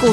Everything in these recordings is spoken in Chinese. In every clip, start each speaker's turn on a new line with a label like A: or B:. A: 股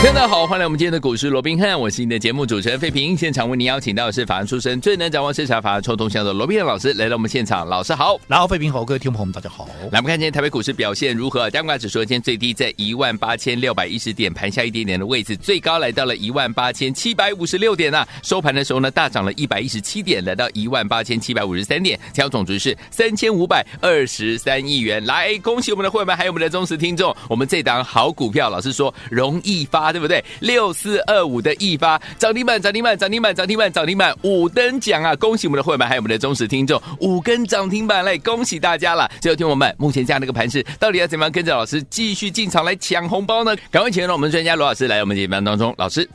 B: 大家好，欢迎来我们今天的股市罗宾汉，我是你的节目主持人费平。现场为您邀请到的是法案出身、最能掌握市场法案臭动向的罗宾汉老师来到我们现场，老师好。
C: 然后，费平好，各位听众朋友们，大家好。
B: 来，我们看今天台北股市表现如何？加权指数今天最低在一万八千六百一十点，盘下一点点的位置，最高来到了一万八千七百五十六点呐、收盘的时候呢，大涨了一百一十七点，来到一万八千七百五十三点，成交总值是三千五百二十三亿元。来，恭喜我们的会员，还有我们的忠实听众，我们这档好股票，老师说容易发，对不对？六四二五的易发涨停板，涨停板，涨停板，涨停板，涨停板，五等奖啊！恭喜我们的会员，还有我们的忠实听众，五根涨停板嘞，恭喜大家了！最后听我们目前这样的一个盘势，到底要怎么样跟着老师继续进场来抢红包呢？赶快请让我们专家罗老师来我们节目当中，老师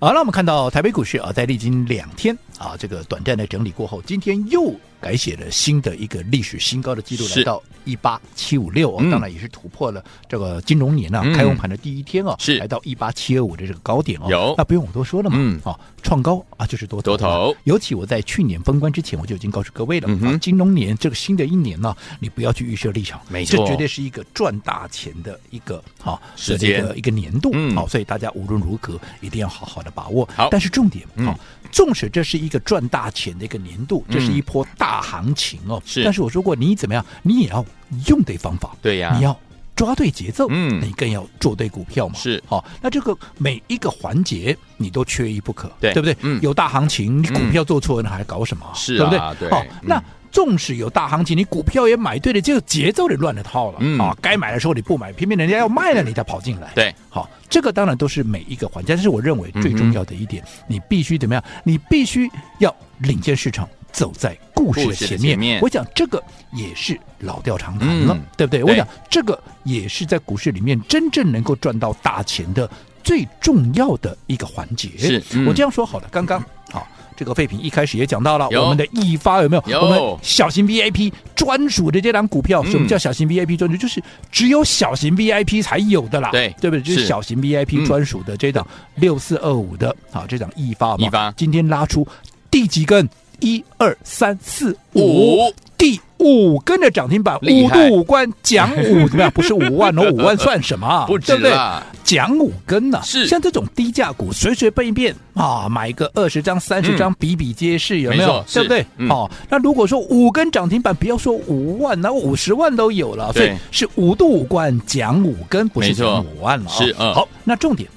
C: 好，那我们看到台北股市啊，在历经两天啊这个短暂的整理过后，今天又改写了新的一个历史新高的记录，
B: 是
C: 来到一八七五六啊
B: 嗯
C: 当然也是突破了这个金融年啊、
B: 嗯
C: 开红盘的第一天哦，
B: 是
C: 来到一八七二五的这个高点哦。
B: 有
C: 那不用我多说了嘛，
B: 嗯
C: 啊，创高啊就是多头
B: 多
C: 嘛
B: 头
C: 尤其我在去年封关之前，我就已经告诉各位了，
B: 嗯哼
C: 啊金融年这个新的一年呢、啊你不要去预设立场，
B: 没错
C: 这绝对是一个赚大钱的一个啊
B: 时间
C: 的一个一个年度，啊
B: 嗯
C: 好、所以大家无论如何一定要好好的把握。
B: 好
C: 但是重点，
B: 嗯
C: 好、纵使这是一个赚大钱的一个年度，这是
B: 嗯
C: 一波大行情哦。
B: 是
C: 但是我说过，你怎么样，你也要用对方法，
B: 对呀
C: 你要。抓对节奏，
B: 啊嗯
C: 你更要做对股票嘛，
B: 是
C: 好、那这个每一个环节你都缺一不可，
B: 对
C: 不对？
B: 嗯
C: 有大行情，你股
B: 嗯
C: 票做错了，那还搞什么啊？
B: 是
C: 对不
B: 啊
C: 对？
B: 对
C: 哦
B: 嗯，
C: 那纵使有大行情，你股票也买对了，这个节奏你乱了套了、
B: 嗯
C: 啊！该买的时候你不买，偏偏人家要卖了，你才跑进来。
B: 对，
C: 好，这个当然都是每一个环节，但是我认为最重要的一
B: 嗯
C: 点，你必须怎么样？你必须要领先市场，走在故事
B: 故
C: 的
B: 事的
C: 前
B: 前
C: 面。
B: 面
C: 我想这个也是老调常谈了，
B: 嗯
C: 对不对？
B: 对
C: 我想这个也是在股市里面真正能够赚到大钱的最重要的一个环节。
B: 是嗯
C: 我这样说好了，刚刚好。这个废品一开始也讲到了，
B: 有
C: 我们的易发有没有？
B: 有
C: 我们小型 VIP 专属的这档股票，
B: 嗯
C: 什么叫小型 VIP 专属？就是只有小型 VIP 才有的啦，
B: 对
C: 对不对？就是是小型
B: 嗯
C: VIP 专属的这档六四二五的，好，这档易发嘛，
B: 易发
C: 今天拉出第几根？一二三四
B: 五
C: 五，第五根的涨停板，
B: 厉
C: 五
B: 害
C: 度五关讲 五怎么样？不是五万哦，五万算什么啊？
B: 不止
C: 对不对
B: 啦？
C: 讲五根呢、
B: 是
C: 像这种低价股，随随便便啊，买个二十张、三十张，比比皆是，有没
B: 嗯没
C: 有
B: 错？
C: 对不对
B: 是？嗯
C: 哦，那如果说五根涨停板，不要说五万，那五十万都有了，所以
B: 对
C: 是五度五关讲五根，不
B: 没
C: 是
B: 错
C: 讲五万了、哦。
B: 是嗯
C: 好，那重点。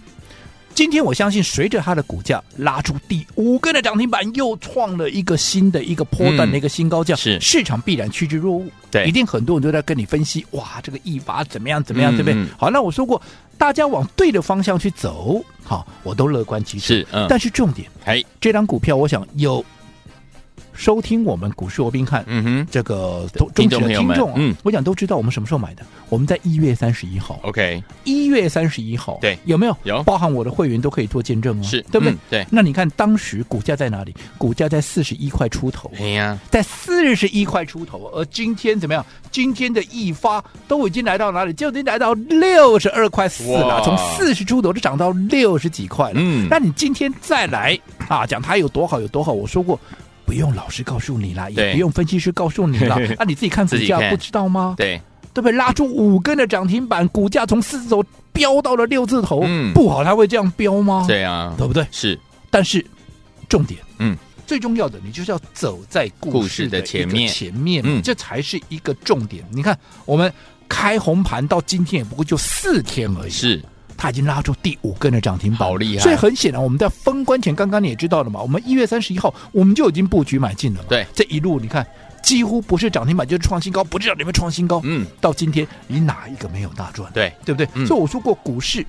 C: 今天我相信，随着它的股价拉出第五根的涨停板，又创了一个新的一个波段的一个新高价，
B: 嗯是
C: 市场必然趋之若鹜。
B: 对
C: 一定很多人都在跟你分析，哇，这个一发怎么样怎么样，
B: 嗯
C: 对不对
B: 嗯？
C: 好，那我说过，大家往对的方向去走，好，我都乐观其成。
B: 是嗯，
C: 但是重点，
B: 哎，
C: 这张股票，我想有收听我们股市罗宾汉。
B: 嗯哼
C: 这个忠
B: 听
C: 忠
B: 众朋
C: 实的
B: 友
C: 听
B: 们
C: 众、啊，
B: 嗯
C: 我想都知道我们什么时候买的。我们在一月三十一号，
B: ，OK，
C: 一月三十一号，
B: 对
C: 有没有？
B: 有
C: 包含我的会员都可以做见证哦，
B: 是
C: 对不对？
B: 嗯对
C: 那你看当时股价在哪里？股价在四十一块出头，
B: 哎呀，
C: 在四十一块出头，而今天怎么样？今天的易发都已经来到哪里？就已经来到六十二块四
B: 哇
C: 了，从四十出头就涨到六十几块了。
B: 嗯
C: 那你今天再来啊，讲它有多好有多好，我说过。不用老师告诉你啦，
B: 对，
C: 也不用分析师告诉你啦 那、你自己看股
B: 自己
C: 价
B: 看
C: 不知道吗？
B: 对，
C: 对不对？拉出五根的涨停板，股价从四字头飙到了六字头，
B: 嗯
C: 不好，它会这样飙吗？
B: 对啊，
C: 对不对？
B: 是
C: 但是重点，
B: 嗯，
C: 最重要的，你就是要走在故事的
B: 故事的前面
C: 一个前面，
B: 嗯
C: 这才是一个重点。你看，我们开红盘到今天也不过就四天而已，
B: 是，
C: 它已经拉出第五根的涨停板，
B: 好厉害
C: 所以很显然，我们在封关前，刚刚你也知道了嘛，我们一月三十一号我们就已经布局买进了嘛，
B: 对
C: 这一路你看。几乎不是涨停板就是创新高，不是涨停板创新高。
B: 嗯，
C: 到今天你哪一个没有大赚？
B: 对
C: 对不对？
B: 嗯
C: 所以我说过，股市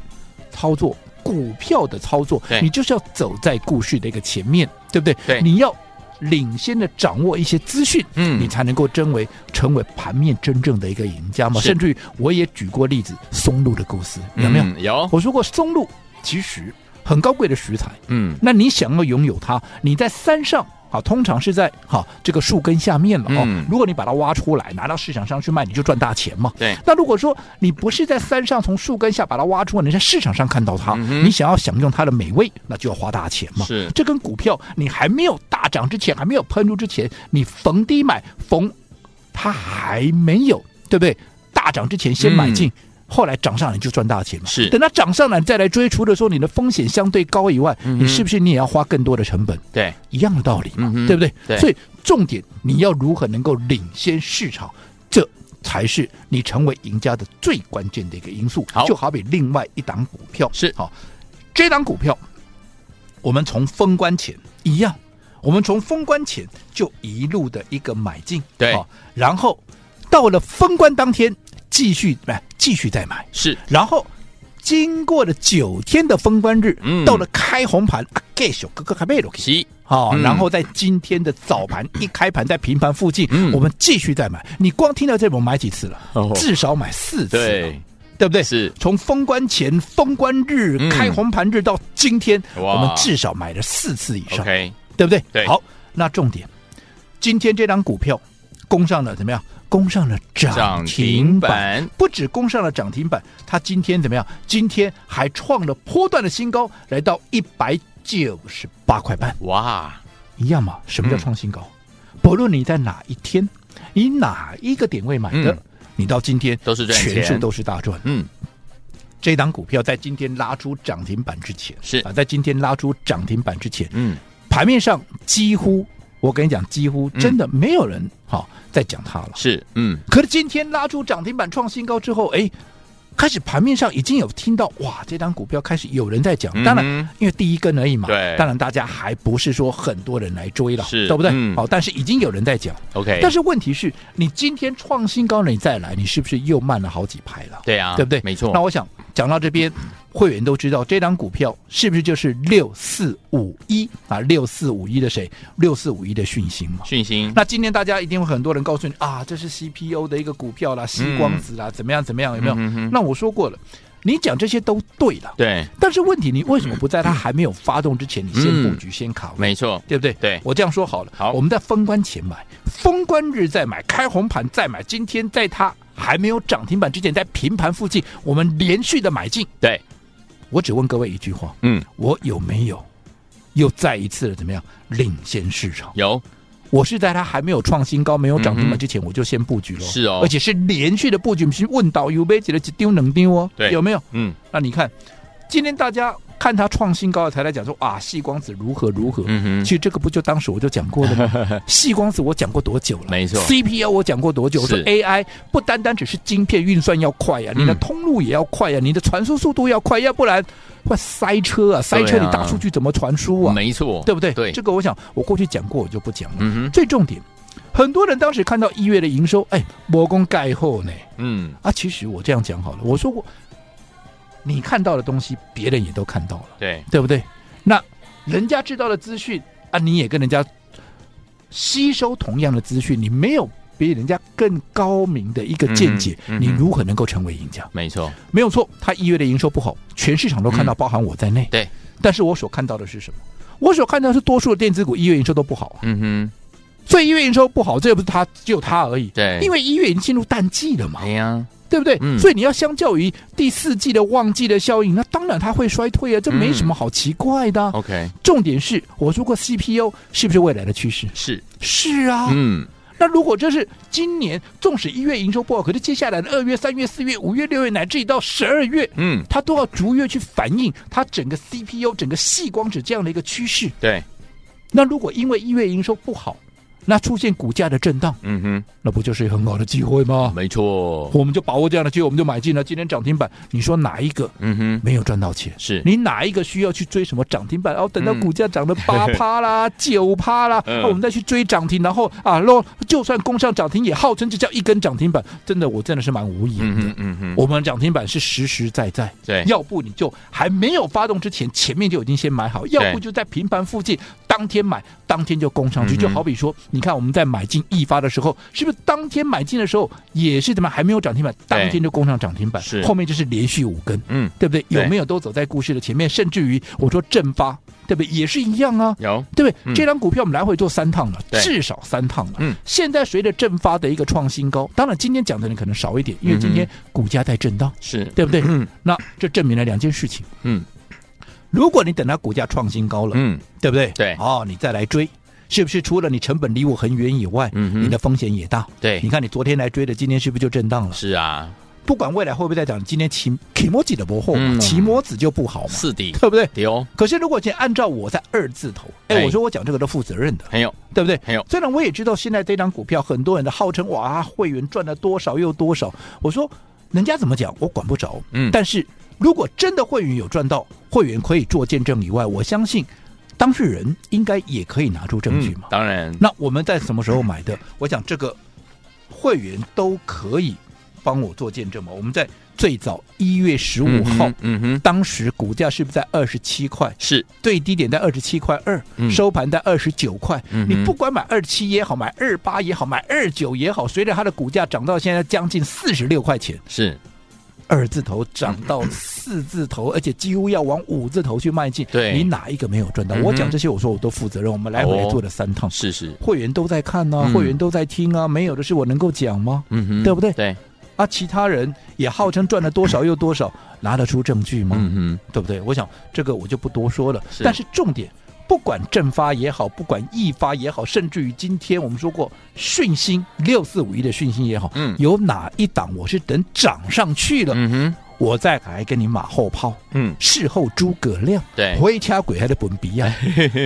C: 操作、股票的操作
B: 对，
C: 你就是要走在故事的一个前面，对不对？
B: 对
C: 你要领先的掌握一些资讯，
B: 嗯
C: 你才能够真为成为盘面真正的一个赢家嘛。
B: 是
C: 甚至于我也举过例子，松露的故事有没有？
B: 嗯有，
C: 我说过，松露其实很高贵的食材，
B: 嗯，
C: 那你想要拥有它，你在山上好，通常是在好这个树根下面了哦。
B: 嗯
C: 如果你把它挖出来，拿到市场上去卖，你就赚大钱嘛。
B: 对
C: 那如果说你不是在山上从树根下把它挖出来，你在市场上看到它，
B: 嗯哼
C: 你想要享用它的美味，那就要花大钱嘛。
B: 是
C: 这跟股票你还没有大涨之前，还没有喷出之前，你逢低买，逢它还没有，对不对？大涨之前先买进。后来涨上来你就赚大钱嘛，
B: 嗯是
C: 等它涨上来你再来追，除了说你的风险相对高以外，
B: 嗯哼
C: 你是不是你也要花更多的成本？
B: 对，
C: 一样的道理嘛，
B: 嗯哼
C: 对不对？
B: 对
C: 所以重点你要如何能够领先市场，这才是你成为赢家的最关键的一个因素。
B: 好
C: 就好比另外一档股票
B: 是
C: 好，这档股票我们从封关前一样，我们从封关前就一路的一个买进，
B: 对
C: 好然后到了封关当天继续买，继续再买，
B: 是
C: 然后经过了九天的封关日，
B: 嗯
C: 到了开红盘，啊，盖小哥哥还没有去。
B: 七，
C: 好、
B: 嗯
C: 然后在今天的早盘一开盘，在平盘附近，
B: 嗯
C: 我们继续再买。你光听到这，我买几次了？
B: 哦
C: 至少买四次了，
B: 对，
C: 对不对？
B: 是
C: 从封关前、封关日、
B: 嗯
C: 开红盘日到今天，
B: 哇
C: 我们至少买了四次以上，
B: ，OK，
C: 对不对？
B: 对
C: 好，那重点，今天这张股票攻上了怎么样？攻上了涨
B: 涨
C: 停
B: 停
C: 板。
B: 板，
C: 不止攻上了涨停板，它今天怎么样？今天还创了波段的新高，来到一百九十八块半，
B: 哇，
C: 一样嘛？什么叫
B: 嗯
C: 创新高？不论你在哪一天，以哪一个点位买的，
B: 嗯
C: 你到今天
B: 都是赚
C: 全数
B: 钱
C: 都是大赚。
B: 嗯，
C: 这档股票在今天拉出涨停板之前，
B: 是
C: 啊，在今天拉出涨停板之前，
B: 嗯，
C: 盘面上几乎，我跟你讲，几乎
B: 嗯
C: 真的没有人好、在讲它了。
B: 是，嗯，
C: 可是今天拉出涨停板创新高之后，哎，开始盘面上已经有听到哇，这张股票开始有人在讲。当然，
B: 嗯哼
C: 因为第一根而已嘛，
B: 对
C: 当然大家还不是说很多人来追了，
B: 是
C: 对不对？
B: 嗯哎
C: 好、但是已经有人在讲。
B: ，OK，
C: 但是问题是你今天创新高了，你再来，你是不是又慢了好几拍了？
B: 对啊，
C: 对不对？
B: 没错，
C: 那我想讲到这边，会员都知道这张股票是不是就是六四五一啊？六四五一的谁？六四五一的讯息嘛？
B: 讯息，
C: 那今天大家一定会很多人告诉你啊，这是 CPU 的一个股票啦，吸光子啦，怎么样怎么样，有没有？
B: 嗯嗯哼哼
C: 那我说过了，你讲这些都对了，
B: 对，
C: 但是问题你为什么不在它还没有发动之前，你先布局、先卡位？
B: 没错，
C: 对不对？
B: 对
C: 我这样说好了。
B: 好
C: 我们在封关前买，封关日再买，开红盘再买。今天在它还没有涨停板之前，在平盘附近，我们连续的买进。
B: 对，
C: 我只问各位一句话：
B: 嗯，
C: 我有没有又再一次的怎么样领先市场？
B: 有，
C: 我是在它还没有创新高、没有涨停
B: 嗯哼
C: 板之前，我就先布局了。
B: 是哦
C: 而且是连续的布局，不是问到有杯几的几丢能丢哦，
B: 对
C: 有没有？
B: 嗯
C: 那你看，今天大家看它创新高才来讲说啊，细光子如何如何。
B: 嗯
C: 其
B: 哼，
C: 实这个不就当时我就讲过 的吗？细光子我讲过多久了？
B: 没错
C: ，CPU 我讲过多久？我说
B: 是
C: AI 不单单只是晶片运算要快呀、你的
B: 嗯
C: 通路也要快呀、啊你的传输速度要快，要啊不然会塞车啊！塞车
B: 对
C: 你
B: 啊
C: 大数据怎么传输啊？
B: 没错，
C: 对不对？
B: 对
C: 这，个我想我过去讲过，我就不讲了。
B: 嗯哼，
C: 最重点，很多人当时看到一月的营收，哎，魔工盖后呢？
B: 嗯，
C: 啊，其实我这样讲好了，我说过，你看到的东西，别人也都看到了，
B: 对，
C: 对不对？那人家知道的资讯啊，你也跟人家吸收同样的资讯，你没有比人家更高明的一个见解，
B: 嗯嗯嗯
C: 你如何能够成为赢家？
B: 没错，
C: 没有错，他一月的营收不好，全市场都看到，包含我在内。
B: 嗯对，
C: 但是我所看到的是什么？我所看到的是多数的电子股一月营收都不好啊。
B: 嗯哼，
C: 所以一月营收不好，这又不是他，只有他而已。
B: 对
C: 因为一月已经进入淡季了嘛
B: 哎，呀，
C: 对不对？
B: 嗯
C: 所以你要相较于第四季的旺季的效应，那当然它会衰退啊，这没什么好奇怪的啊、
B: OK，
C: 重点是，我说过 CPU 是不是未来的趋势？
B: 是，
C: 是啊。
B: 嗯，
C: 那如果这是今年，纵使一月营收不好，可是接下来的二月、三月、四月、五月、六月，乃至于到十二月，
B: 嗯，
C: 它都要逐月去反映它整个 CPU、整个细光子这样的一个趋势。
B: 对，
C: 那如果因为一月营收不好，那出现股价的震荡，
B: 嗯
C: 那不就是很好的机会吗
B: 哼，？没错，
C: 我们就把握这样的机会，我们就买进了。今天涨停板，你说哪一个
B: 嗯哼，
C: 没有赚到钱？
B: 是
C: 你哪一个需要去追什么涨停板？哦，等到
B: 嗯
C: 股价涨了八 趴啦、九趴啦，哦
B: 嗯
C: 那我们再去追涨停，然后啊，喽，就算攻上涨停，也号称这叫一根涨停板。真的，我真的是蛮无言
B: 嗯
C: 的
B: 哼。嗯哼，
C: 我们涨停板是实实在在，
B: 对，
C: 要不你就还没有发动之前，前面就已经先买好；要不就在平盘附近，当天买，当天就攻上去。
B: 嗯哼
C: 就好比说，你看我们在买进易发的时候，是不是当天买进的时候也是怎么样还没有涨停板，当天就攻上涨停板
B: 是，
C: 后面就是连续五根，
B: 嗯，
C: 对不对？
B: 对
C: 有没有都走在故事的前面？甚至于我说正发对不对？也是一样啊，
B: 有
C: 对不
B: 嗯
C: 对？这张股票我们来回做三趟了，
B: 对
C: 至少三趟了。
B: 嗯，
C: 现在随着振发的一个创新高，当然今天讲的人可能少一点，
B: 嗯
C: 因为今天股价在震荡，
B: 是，
C: 对不对？
B: 嗯
C: 那这证明了两件事情：
B: 嗯
C: 如果你等它股价创新高了，
B: 嗯，
C: 对不对？
B: 对
C: 哦，你再来追。是不是除了你成本离我很远以外，
B: 嗯哼
C: 你的风险也大？
B: 对
C: 你看你昨天来追的，今天是不是就震荡了？
B: 是啊，
C: 不管未来会不会再涨，今天期期摩子的不货嘛
B: 嗯，
C: 期摩子就不好嘛，
B: 四底
C: 对不对？
B: 丢，
C: 可是如果今天按照我在二字头，哎、
B: 哎
C: 我说我讲这个都负责任的，
B: 很有，
C: 对不对
B: 没有？
C: 虽然我也知道现在这张股票很多人的号称哇，会员赚了多少又多少，我说人家怎么讲我管不着，
B: 嗯
C: 但是如果真的会员有赚到，会员可以做见证以外，我相信当事人应该也可以拿出证据嘛。
B: 嗯当然，
C: 那我们在什么时候买的？我想这个会员都可以帮我做见证嘛。我们在最早一月十五号。
B: 嗯哼嗯哼，
C: 当时股价是不是在二十七块？
B: 是
C: 最低点在二十七块二、
B: 嗯
C: 收盘在二十九块。
B: 嗯哼
C: 你不管买二七也好，买二八也好，买二九也好，随着它的股价涨到现在将近四十六块钱，
B: 是，
C: 二字头涨到四字头，而且几乎要往五字头去迈进。
B: 对
C: 你哪一个没有赚到？
B: 嗯哼
C: 我讲这些，我说我都负责任。我们来回
B: 哦
C: 做了三趟，
B: 是是，
C: 会员都在看呢、啊，
B: 嗯
C: 会员都在听啊，没有的是我能够讲吗？
B: 嗯哼，
C: 对不对
B: 对，
C: 啊，其他人也号称赚了多少又多少，拿得出证据吗？
B: 嗯哼，
C: 对不对？我想这个我就不多说了。
B: 是
C: 但是重点，不管正发也好，不管易发也好，甚至于今天我们说过讯星六四五一的讯星也好，
B: 嗯
C: 有哪一档我是等涨上去了，
B: 嗯哼，
C: 我再来跟你马后炮，
B: 嗯，
C: 事后诸葛亮，
B: 对，
C: 回家鬼还的本鼻 啊，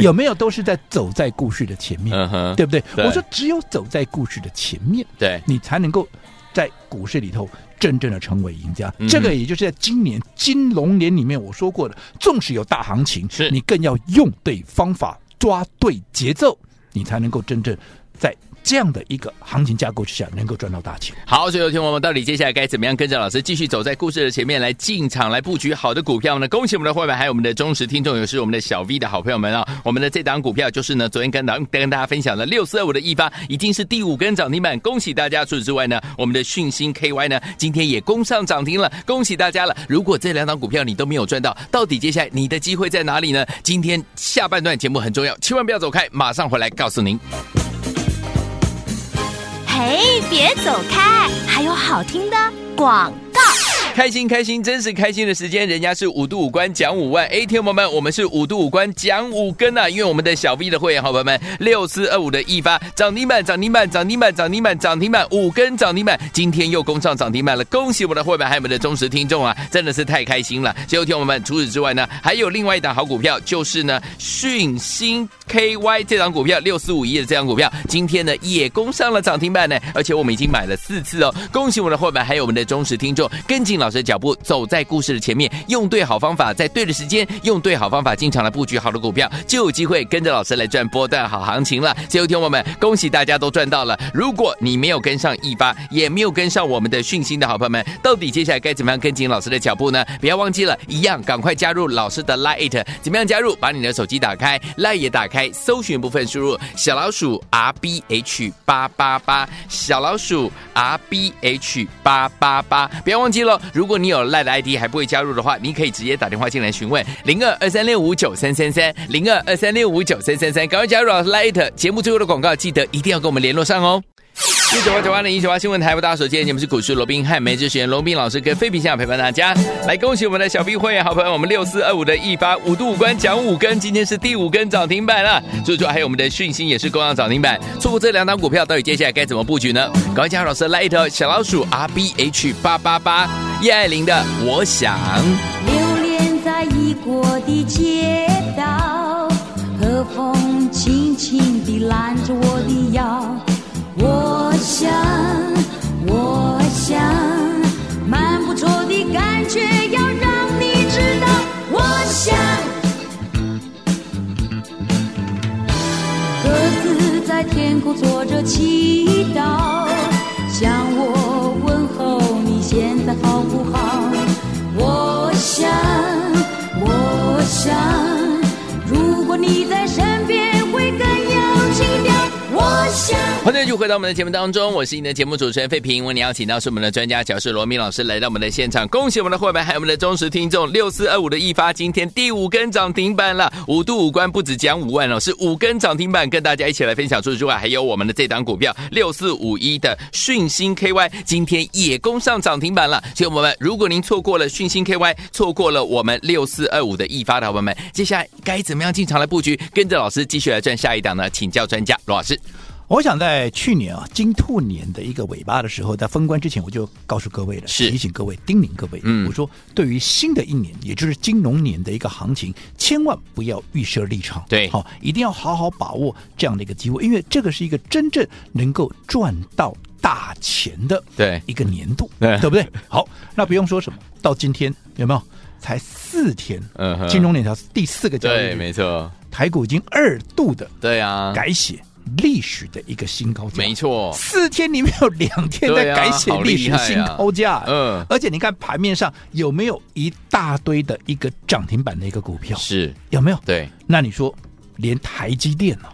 C: 有没有都是在走在故事的前面，
B: 嗯哼，
C: 对不对？
B: 对
C: 我说只有走在故事的前面，
B: 对，
C: 你才能够在股市里头真正的成为赢家。
B: 嗯
C: 这个也就是在今年金龙年里面我说过的，纵使有大行情，
B: 是
C: 你更要用对方法，抓对节奏，你才能够真正在这样的一个行情架构之下能够赚到大钱。
B: 好，所以有听我们到底接下来该怎么样跟着老师继续走在故事的前面来进场来布局好的股票呢？恭喜我们的会员，还有我们的忠实听众，也是我们的小 V 的好朋友们啊！我们的这档股票就是呢，昨天跟大跟大家分享的六四二五的一发，已经是第五根涨停板，恭喜大家！除此之外呢，我们的讯星 KY 呢，今天也攻上涨停了，恭喜大家了！如果这两档股票你都没有赚到，到底接下来你的机会在哪里呢？今天下半段节目很重要，千万不要走开，马上回来告诉您。
A: 嘿，别走开，还有好听的广告。
B: 开心开心，真是开心的时间，人家是五度五关奖五万。哎，听友们，我们是五度五关奖五根啊！因为我们的小 V 的会员好朋友们，六四二五的一发涨停板，涨停板，涨停板，涨停板，涨停板，五根涨停板，今天又攻上涨停板了，恭喜我们的会员还有我们的忠实听众啊，真的是太开心了。最后听友们，除此之外呢，还有另外一档好股票，就是呢讯星 KY 这档股票六四五一的这档股票，今天呢也攻上了涨停板呢，而且我们已经买了四次哦。恭喜我们的伙伴，还有我们的忠实听众，跟紧老师的脚步，走在故事的前面，用对好方法，在对的时间，用对好方法进场来布局好的股票，就有机会跟着老师来赚波段好行情了。最后听我们，恭喜大家都赚到了。如果你没有跟上一发，也没有跟上我们的讯息的好朋友们，到底接下来该怎么样跟紧老师的脚步呢？不要忘记了，一样赶快加入老师的 Lite，怎么样加入？把你的手机打开，Lite 也打开，搜寻部分输入小老鼠 R B H 八八八，小老鼠 R B H 八八八，不要忘记了，如果你有 Lite 的 ID 还不会加入的话，你可以直接打电话进来询问零二二三六五九三三三零二二三六五九三三三，赶快加入老师 Lite 节目最后的广告，记得一定要跟我们联络上哦。一九八九八零一九八新闻台，我大家所见，你们是股市罗宾汉梅之选，罗宾老师跟费皮相陪伴大家。来恭喜我们的小 B 会员好朋友，我们六四二五的一发五度五关奖五根，今天是第五根涨停板了。所以说还有我们的讯星也是攻上涨停板。错过这两档股票，到底接下来该怎么布局呢？赶快加入老师的 Light 哦小老鼠 R B H 八八八叶爱玲的我想。
D: 流连在异国的街道，和风轻轻地揽着我的腰。我想，我想，蛮不错的感觉，要让你知道，我想。鸽子在天空做着祈祷，向我问候你现在好不好？我想，我想，如果你在身边会更有情调。我想。
B: 欢迎继续回到我们的节目当中，我是您的节目主持人费平。为您邀请到是我们的专家乔氏罗明老师来到我们的现场，恭喜我们的会员还有我们的忠实听众六四二五的一发，今天第五根涨停板了，五度五关不止讲五万哦，是五根涨停板，跟大家一起来分享。除此之外，还有我们的这档股票六四五一的讯星 KY，今天也攻上涨停板了。所以，我们如果您错过了讯星 KY，错过了我们六四二五的一发的伙伴们，接下来该怎么样进场来布局，跟着老师继续来赚下一档呢？请教专家罗老师。
C: 我想在去年啊，金兔年的一个尾巴的时候，在封关之前，我就告诉各位了，
B: 是
C: 提醒各位、叮咛各位，
B: 嗯
C: 我说对于新的一年，也就是金融年的一个行情，千万不要预设立场，
B: 对
C: 好、一定要好好把握这样的一个机会，因为这个是一个真正能够赚到大钱的
B: 对
C: 一个年度，
B: 对
C: 不对？好，那不用说什么，到今天有没有才四天？
B: 嗯哼
C: 金融年才第四个交易
B: 对，
C: 日，
B: 没错，
C: 台股已经二度的
B: 对啊，
C: 改写历史的一个新高价，
B: 没错，
C: 四天里面有两天在改写历史新高价、
B: 对啊好厉害啊嗯
C: 而且你看盘面上有没有一大堆的一个涨停板的一个股票？
B: 是，
C: 有没有？
B: 对，
C: 那你说，连台积电呢、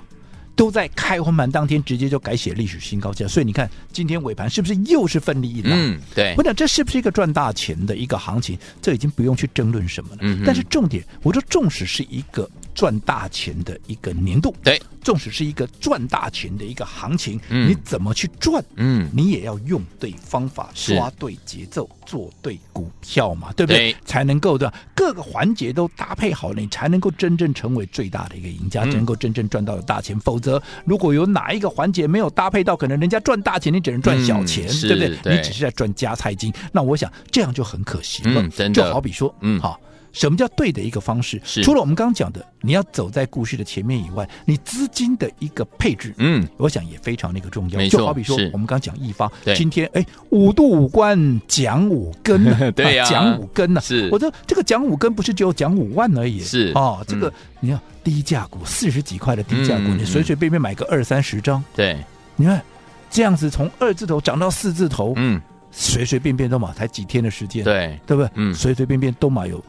C: 都在开红盘当天直接就改写历史新高价，所以你看今天尾盘是不是又是奋力一拉？
B: 嗯，对
C: 我，讲这是不是一个赚大钱的一个行情？这已经不用去争论什么了。
B: 嗯哼
C: 但是重点，我说纵使是一个赚大钱的一个年度，
B: 对，
C: 纵使是一个赚大钱的一个行情，
B: 嗯
C: 你怎么去赚？
B: 嗯
C: 你也要用对方法，
B: 是
C: 抓对节奏，做对股票嘛，对不对？
B: 对
C: 才能够的各个环节都搭配好了，你才能够真正成为最大的一个赢家，
B: 嗯
C: 才能够真正赚到大钱。否则，如果有哪一个环节没有搭配到，可能人家赚大钱，你只能赚小钱，
B: 嗯是
C: 对不对？
B: 对
C: 你只是在赚加菜金。那我想这样就很可惜了，
B: 嗯真的
C: 就好比说，
B: 嗯
C: 好。什么叫对的一个方式？
B: 是
C: 除了我们刚刚讲的，你要走在故事的前面以外，你资金的一个配置，
B: 嗯，
C: 我想也非常的一个重要。
B: 没错
C: 就好比说
B: 是
C: 我们刚刚讲一方
B: 对，
C: 今天哎五度五关讲五根 呢、
B: 对呀
C: 讲五根呢、
B: 是
C: 我说这个讲五根不是只有讲五万而已，
B: 是
C: 哦，这个、
B: 嗯
C: 你看低价股四十几块的低价股，
B: 嗯
C: 你随随便便买个二三十张，
B: 对，
C: 你看这样子从二字头涨到四字头，
B: 嗯，
C: 随随便便都买，才几天的时间，
B: 对，
C: 对不对？
B: 嗯
C: 随随便便都买有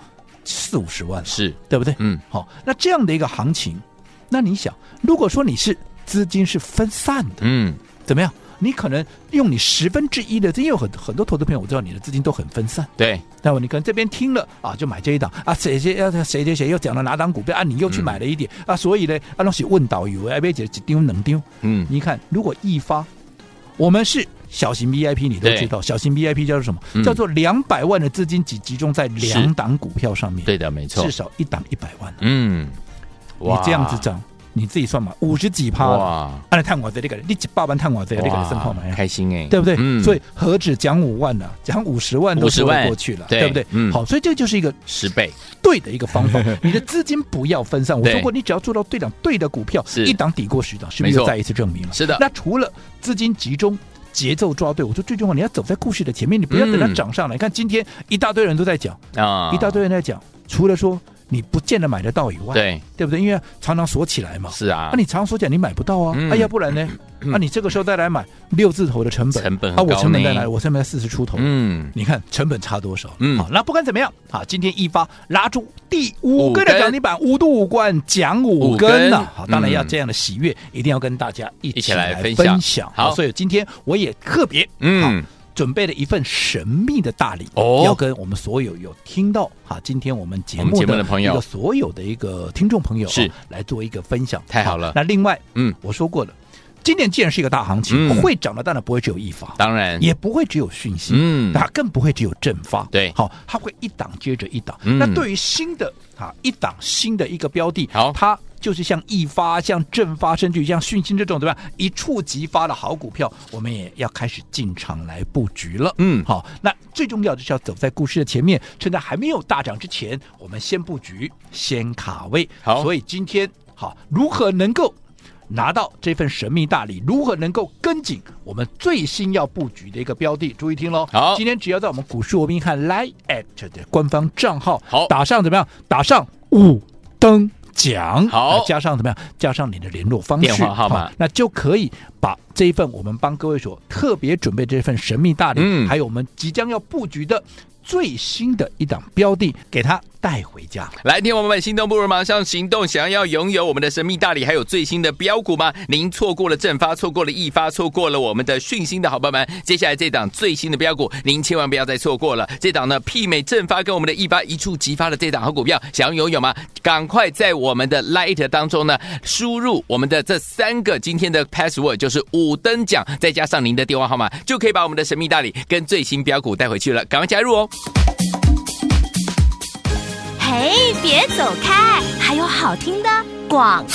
C: 四五十万了，
B: 是，
C: 对不对？
B: 嗯，
C: 好、那这样的一个行情，那你想，如果说你是资金是分散的。
B: 嗯，
C: 怎么样？你可能用你十分之一的，因为有很很多投资朋友，我知道你的资金都很分散。
B: 对，
C: 那么你可能这边听了啊，就买这一档啊，谁谁啊谁谁谁又讲了哪档股票啊，你又去买了一点、啊，所以呢，啊东西问导游，哎别只只丢能丢。
B: 嗯，
C: 你看，如果一发，我们是小型 VIP，你都
B: 对
C: 知道，小型 VIP 叫做什么？
B: 嗯
C: 叫做两百万的资金只集中在两档股票上面，
B: 对的，没错
C: 至，少一档一百万。啊
B: 嗯，
C: 你这样子涨，你自己算嘛，五十几趴了，
B: 哇，
C: 按探我这里个，你几百万探我这
B: 哇
C: 里个生泡买啊。
B: 开心哎，
C: 对不对？
B: 嗯
C: 所以何止讲五万呢、讲五十万都
B: 50
C: 说
B: 万
C: 得过去了，
B: 对
C: 不对？
B: 嗯
C: 好，所以这就是一个
B: 十倍，
C: 对的一 个方法。你的资金不要分散，我
B: 对
C: 说过，你只要做到对档对的股票，
B: 是
C: 一档抵过十档，是不
B: 没
C: 是
B: 错
C: 又再一次证明了？
B: 是的
C: 那除了资金集中。节奏抓对，我说最重要，你要走在故事的前面，你不要等它
B: 嗯
C: 涨上来。你看今天一大堆人都在讲，
B: 啊
C: 一大堆人在讲，除了说你不见得买得到以外，
B: 对，
C: 对不对？因为常常锁起来嘛，
B: 是啊
C: 那、，你常说讲你买不到啊，
B: 嗯
C: 啊，要不 然呢？啊，你这个时候再来买六字头的成本，
B: 成本很
C: 啊，我
B: 高
C: 成本在
B: 呢
C: 哪里？我成本在四十出头。
B: 嗯，
C: 你看成本差多少？
B: 嗯
C: 好，那不管怎么样，好，今天一发拉住第五根
B: 五根
C: 的涨停板，五度五冠讲五
B: 五
C: 根呐、
B: 根
C: 好，当然要
B: 嗯
C: 这样的喜悦，一定要跟大家一
B: 一起
C: 起
B: 来
C: 来
B: 分
C: 分
B: 享
C: 享。
B: 好
C: 所以今天我也特别
B: 嗯
C: 好准备了一份神秘的大礼
B: 哦
C: 要跟我们所有有听到哈，今天我们节
B: 我们
C: 目
B: 节目的朋友
C: 一个所有的一个听众朋友
B: 是
C: 哦来做一个分享，
B: 太好了
C: 那另外，
B: 嗯，
C: 我说过了，今年既然是一个大行情，
B: 嗯
C: 会涨的当然不会只有一发，
B: 当然，
C: 也不会只有讯息，
B: 嗯
C: 它更不会只有正发，
B: 对
C: 好，它会一档接着一档。
B: 嗯
C: 那对于新的啊，一档新的一个标的，
B: 好
C: 它就是像易发、像正发，甚至于像讯星这种对吧？一触即发的好股票，我们也要开始进场来布局了。
B: 嗯
C: 好，那最重要的是要走在故事的前面，趁它还没有大涨之前，我们先布局，先卡位。
B: 好
C: 所以今天好，如何能够？拿到这份神秘大礼，如何能够跟紧我们最新要布局的一个标的？注意听喽！
B: 好
C: 今天只要在我们股市罗宾汉 Line at 的官方账号，
B: 好
C: 打上怎么样？打上五等奖，
B: 好
C: 那加上怎么样？加上你的联络方式、
B: 电话号码
C: 好那就可以把这一份我们帮各位所特别准备这份神秘大礼，
B: 嗯
C: 还有我们即将要布局的。最新的一档标的给它带回家。
B: 来，听我们心动不如马上行动，想要拥有我们的神秘大礼，还有最新的标股吗？您错过了正发，错过了易发，错过了我们的讯息的好朋友们，接下来这档最新的标股，您千万不要再错过了。这档呢，媲美正发跟我们的易发一触即发的这档好股票，想要拥有吗？赶快在我们的 Light 当中呢，输入我们的这三个今天的 password，就是五等奖，再加上您的电话号码，就可以把我们的神秘大礼跟最新标股带回去了。赶快加入哦！
A: 嘿，别走开，还有好听的广。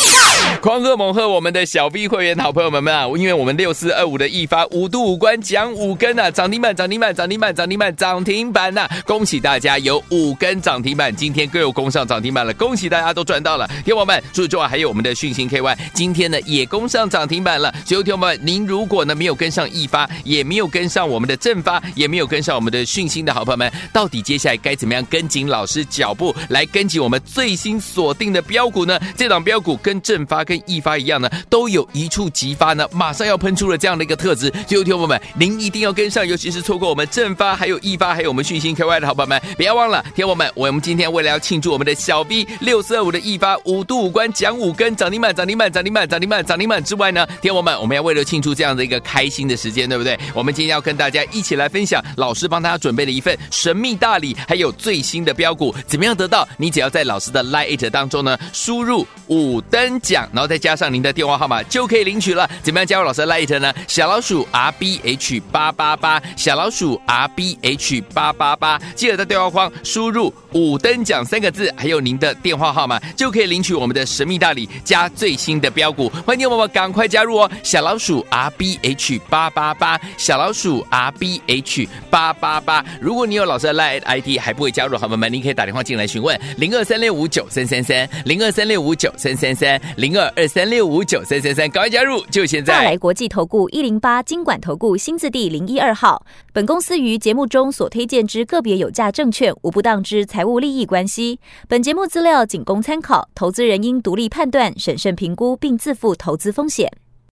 B: 狂贺猛贺我们的小 V 会员好朋友们们啊！因为我们六四二五的一发五度五关奖五根啊，涨停板涨停板涨停板涨停板涨停板呐、恭喜大家有五根涨停板，今天各有攻上涨停板了，恭喜大家都赚到了。天王们，祝祝啊！还有我们的讯星 KY，今天呢也攻上涨停板了。所以天王们，您如果呢没有跟上一发，也没有跟上我们的正发，也没有跟上我们的讯星的好朋友们，到底接下来该怎么样跟紧老师脚步，来跟紧我们最新锁定的标股呢？这档标股跟正发跟易发一样呢，都有一触即发呢，马上要喷出了这样的一个特质。所以，听友们，您一定要跟上，尤其是错过我们正发、还有易发、还有我们讯星 KY 的好朋友们，不要忘了，听友们，我们今天为了要庆祝我们的小 B 六四二五的易发五度五关讲五根涨停板、涨停板、涨停板、涨停板、涨停板之外呢，听友们，我们要为了庆祝这样的一个开心的时间，对不对？我们今天要跟大家一起来分享老师帮大家准备的一份神秘大礼，还有最新的标股，怎么样得到？你只要在老师的 Lite 当中呢，输入五等奖，然后再加上您的电话号码就可以领取了。怎么样加入老师的 Lite 呢？小老鼠 R B H 八八八，小老鼠 R B H 八八八，记得在对话框输入“五等奖”三个字，还有您的电话号码，就可以领取我们的神秘大礼加最新的标股。欢迎我们赶快加入哦！小老鼠 R B H 八八八，小老鼠 R B H 八八八。如果你有老师的 Lite ID 还不会加入的好朋友们，您可以打电话进来询问零二三六五九三三三零二三六五九三三三零二二三六五九三三三，赶快加入，就现
E: 大
B: 在！
E: 来国际投顾一零八金管投顾新字第零一二号。本公司于节目中所推荐之个别有价证券，无不当之财务利益关系。本节目资料仅供参考，投资人应独立判断、审慎评估，并自负投资风险。